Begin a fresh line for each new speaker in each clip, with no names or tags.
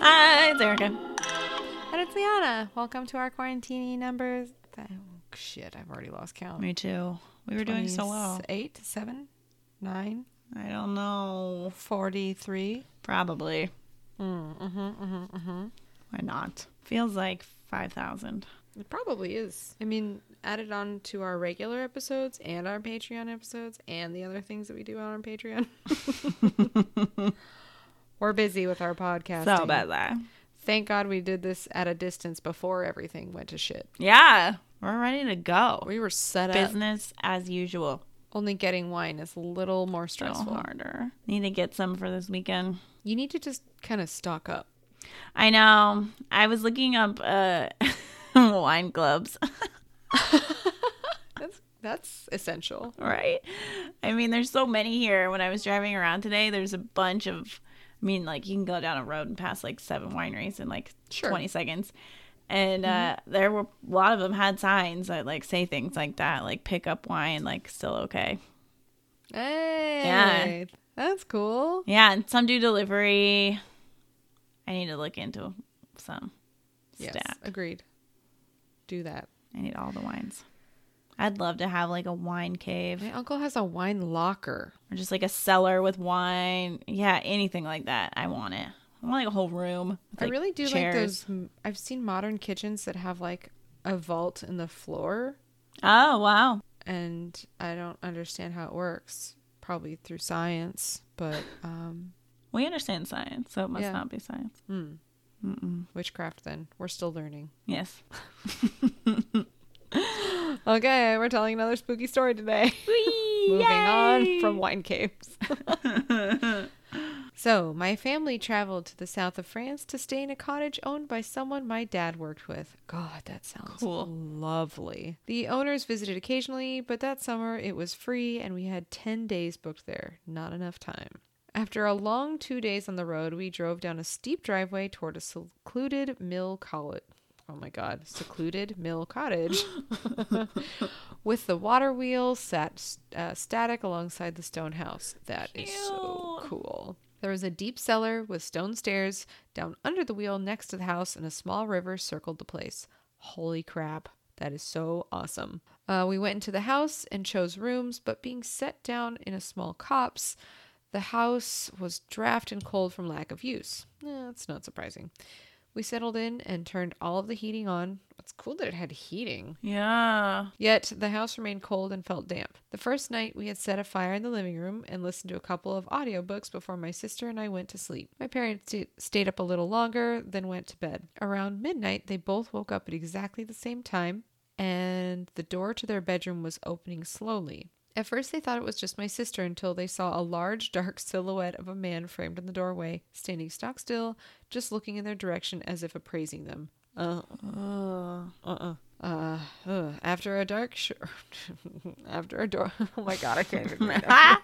Hi, it's Erica.
And it's Liana. Welcome to our quarantini numbers. Oh, shit, I've already lost count.
Me too. We were doing so well.
8, 7, 9,
I don't know.
43.
Probably. Why not? Feels like 5,000.
It probably is. I mean, added on to our regular episodes and our Patreon episodes and the other things that we do on our Patreon. We're busy with our podcast.
So about that.
Thank God we did this at a distance before everything went to shit.
Yeah. We're ready to go.
We were set up.
Business as usual.
Only getting wine is a little more
So
stressful.
harder. Need to get some for this weekend.
You need to just kind of stock up.
I know. I was looking up uh, wine clubs.
That's that's essential.
right? I mean, there's so many here. When I was driving around today, there's a bunch of. I mean, like you can go down a road and pass like seven wineries in like
Sure.
20 seconds, and uh, there were a lot of them had signs that like say things like that, like pick up wine, like still okay.
Hey, that's cool.
Yeah, and some do delivery. I need to look into some
Yes,
stat.
agreed. Do that.
I need all the wines. I'd love to have like a wine cave
My uncle has a wine locker.
or just like a cellar with wine. Yeah, anything like that. I want it. I want like a whole room. with,
I really do like
chairs.
those. m- I've seen modern kitchens that have like a vault in the floor,
Oh wow.
and I don't understand how it works. Probably through science, but um,
We understand science, so it must
Yeah.
not be science.
witchcraft. Then we're still learning.
Yes.
Okay, we're telling another spooky story today. Moving on from wine caves. so, my family traveled to the south of France to stay in a cottage owned by someone my dad worked with. God, that sounds
Cool.
lovely. The owners visited occasionally, but that summer it was free and we had 10 days booked there. Not enough time. After a long two days on the road, we drove down a steep driveway toward a secluded mill cottage. Oh my God, secluded mill cottage with the water wheel sat uh, static alongside the stone house. That is so
Cute.
cool. There was a deep cellar with stone stairs down under the wheel next to the house, and a small river circled the place. Holy crap. That is so awesome. Uh, we went into the house and chose rooms, but being set down in a small copse, the house was draft and cold from lack of use. Eh, that's not surprising. We settled in and turned all of the heating on. It's cool that it had heating.
Yeah.
Yet the house remained cold and felt damp. The first night we had set a fire in the living room and listened to a couple of audiobooks before my sister and I went to sleep. My parents sta- stayed up a little longer, then went to bed. Around midnight, they both woke up at exactly the same time, and the door to their bedroom was opening slowly. At first, they thought it was just my sister until they saw a large, dark silhouette of a man framed in the doorway, standing stock still, just looking in their direction as if appraising them. Uh, uh-uh. Uh, ugh. after a dark short, after a door. Oh my god, I can't even read that.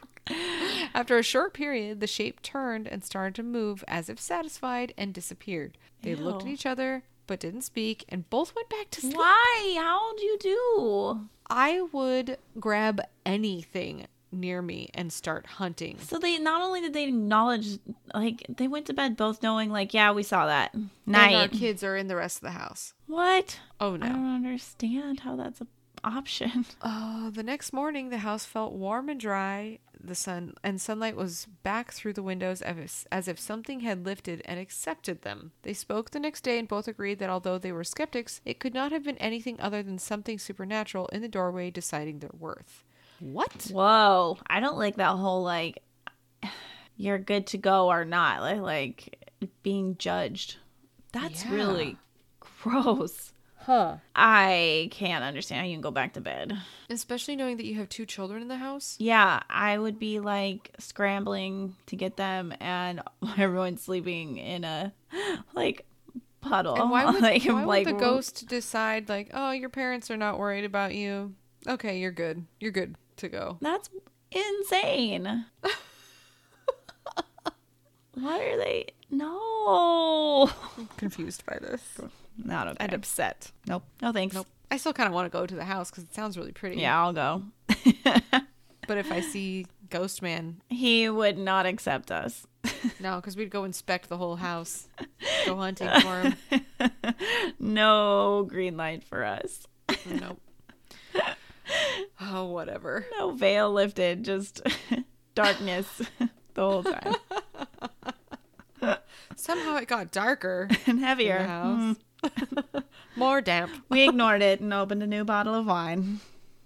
After a short period, the shape turned and started to move as if satisfied and disappeared. They looked at
Ew.
each other but didn't speak, and both went back to sleep.
Why? How would you do?
I would grab anything near me and start hunting.
So they not only did they acknowledge, like they went to bed both knowing, like, yeah, we saw that night.
And our kids are in the rest of the house.
what?
Oh
I
no.
don't understand how that's an option.
Oh, the next morning the house felt warm and dry. The sun and sunlight was back through the windows as, as if something had lifted and accepted them. They spoke the next day and both agreed that although they were skeptics, it could not have been anything other than something supernatural in the doorway deciding their worth. What?
Whoa. I don't like that whole like you're good to go or not. Like like being judged. That's
Yeah.
really gross.
Huh.
I can't understand how you can go back to bed.
Especially knowing that you have two children in the house.
Yeah, I would be like scrambling to get them and everyone's sleeping in a like puddle.
And why would,
like,
why
I'm
would
like,
the ghost decide like, oh, your parents are not worried about you. Okay, you're good. You're good to go.
That's insane. Why are they? No,
Confused by this.
not okay.
and upset.
nope. No Oh, thanks.
Nope. I still kind of want to go to the house because it sounds really pretty.
Yeah, I'll go.
But if I see Ghost Man,
He would not accept us.
no, because we'd go inspect the whole house, go hunting for him.
no green light for us.
Nope. Oh, whatever.
No veil lifted, just darkness the whole time.
Somehow it got darker
And
in
heavier. Mm.
the house. More damp.
We ignored it and opened a new bottle of wine.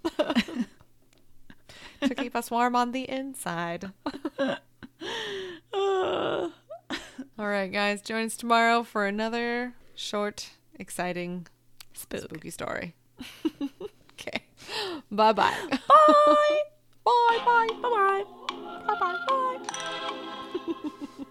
to keep us warm on the inside.
Uh,
All right, guys, join us tomorrow for another short, exciting,
spook.
spooky story. okay. Bye bye.
Bye. bye. Bye. Bye. Bye. Bye. Bye.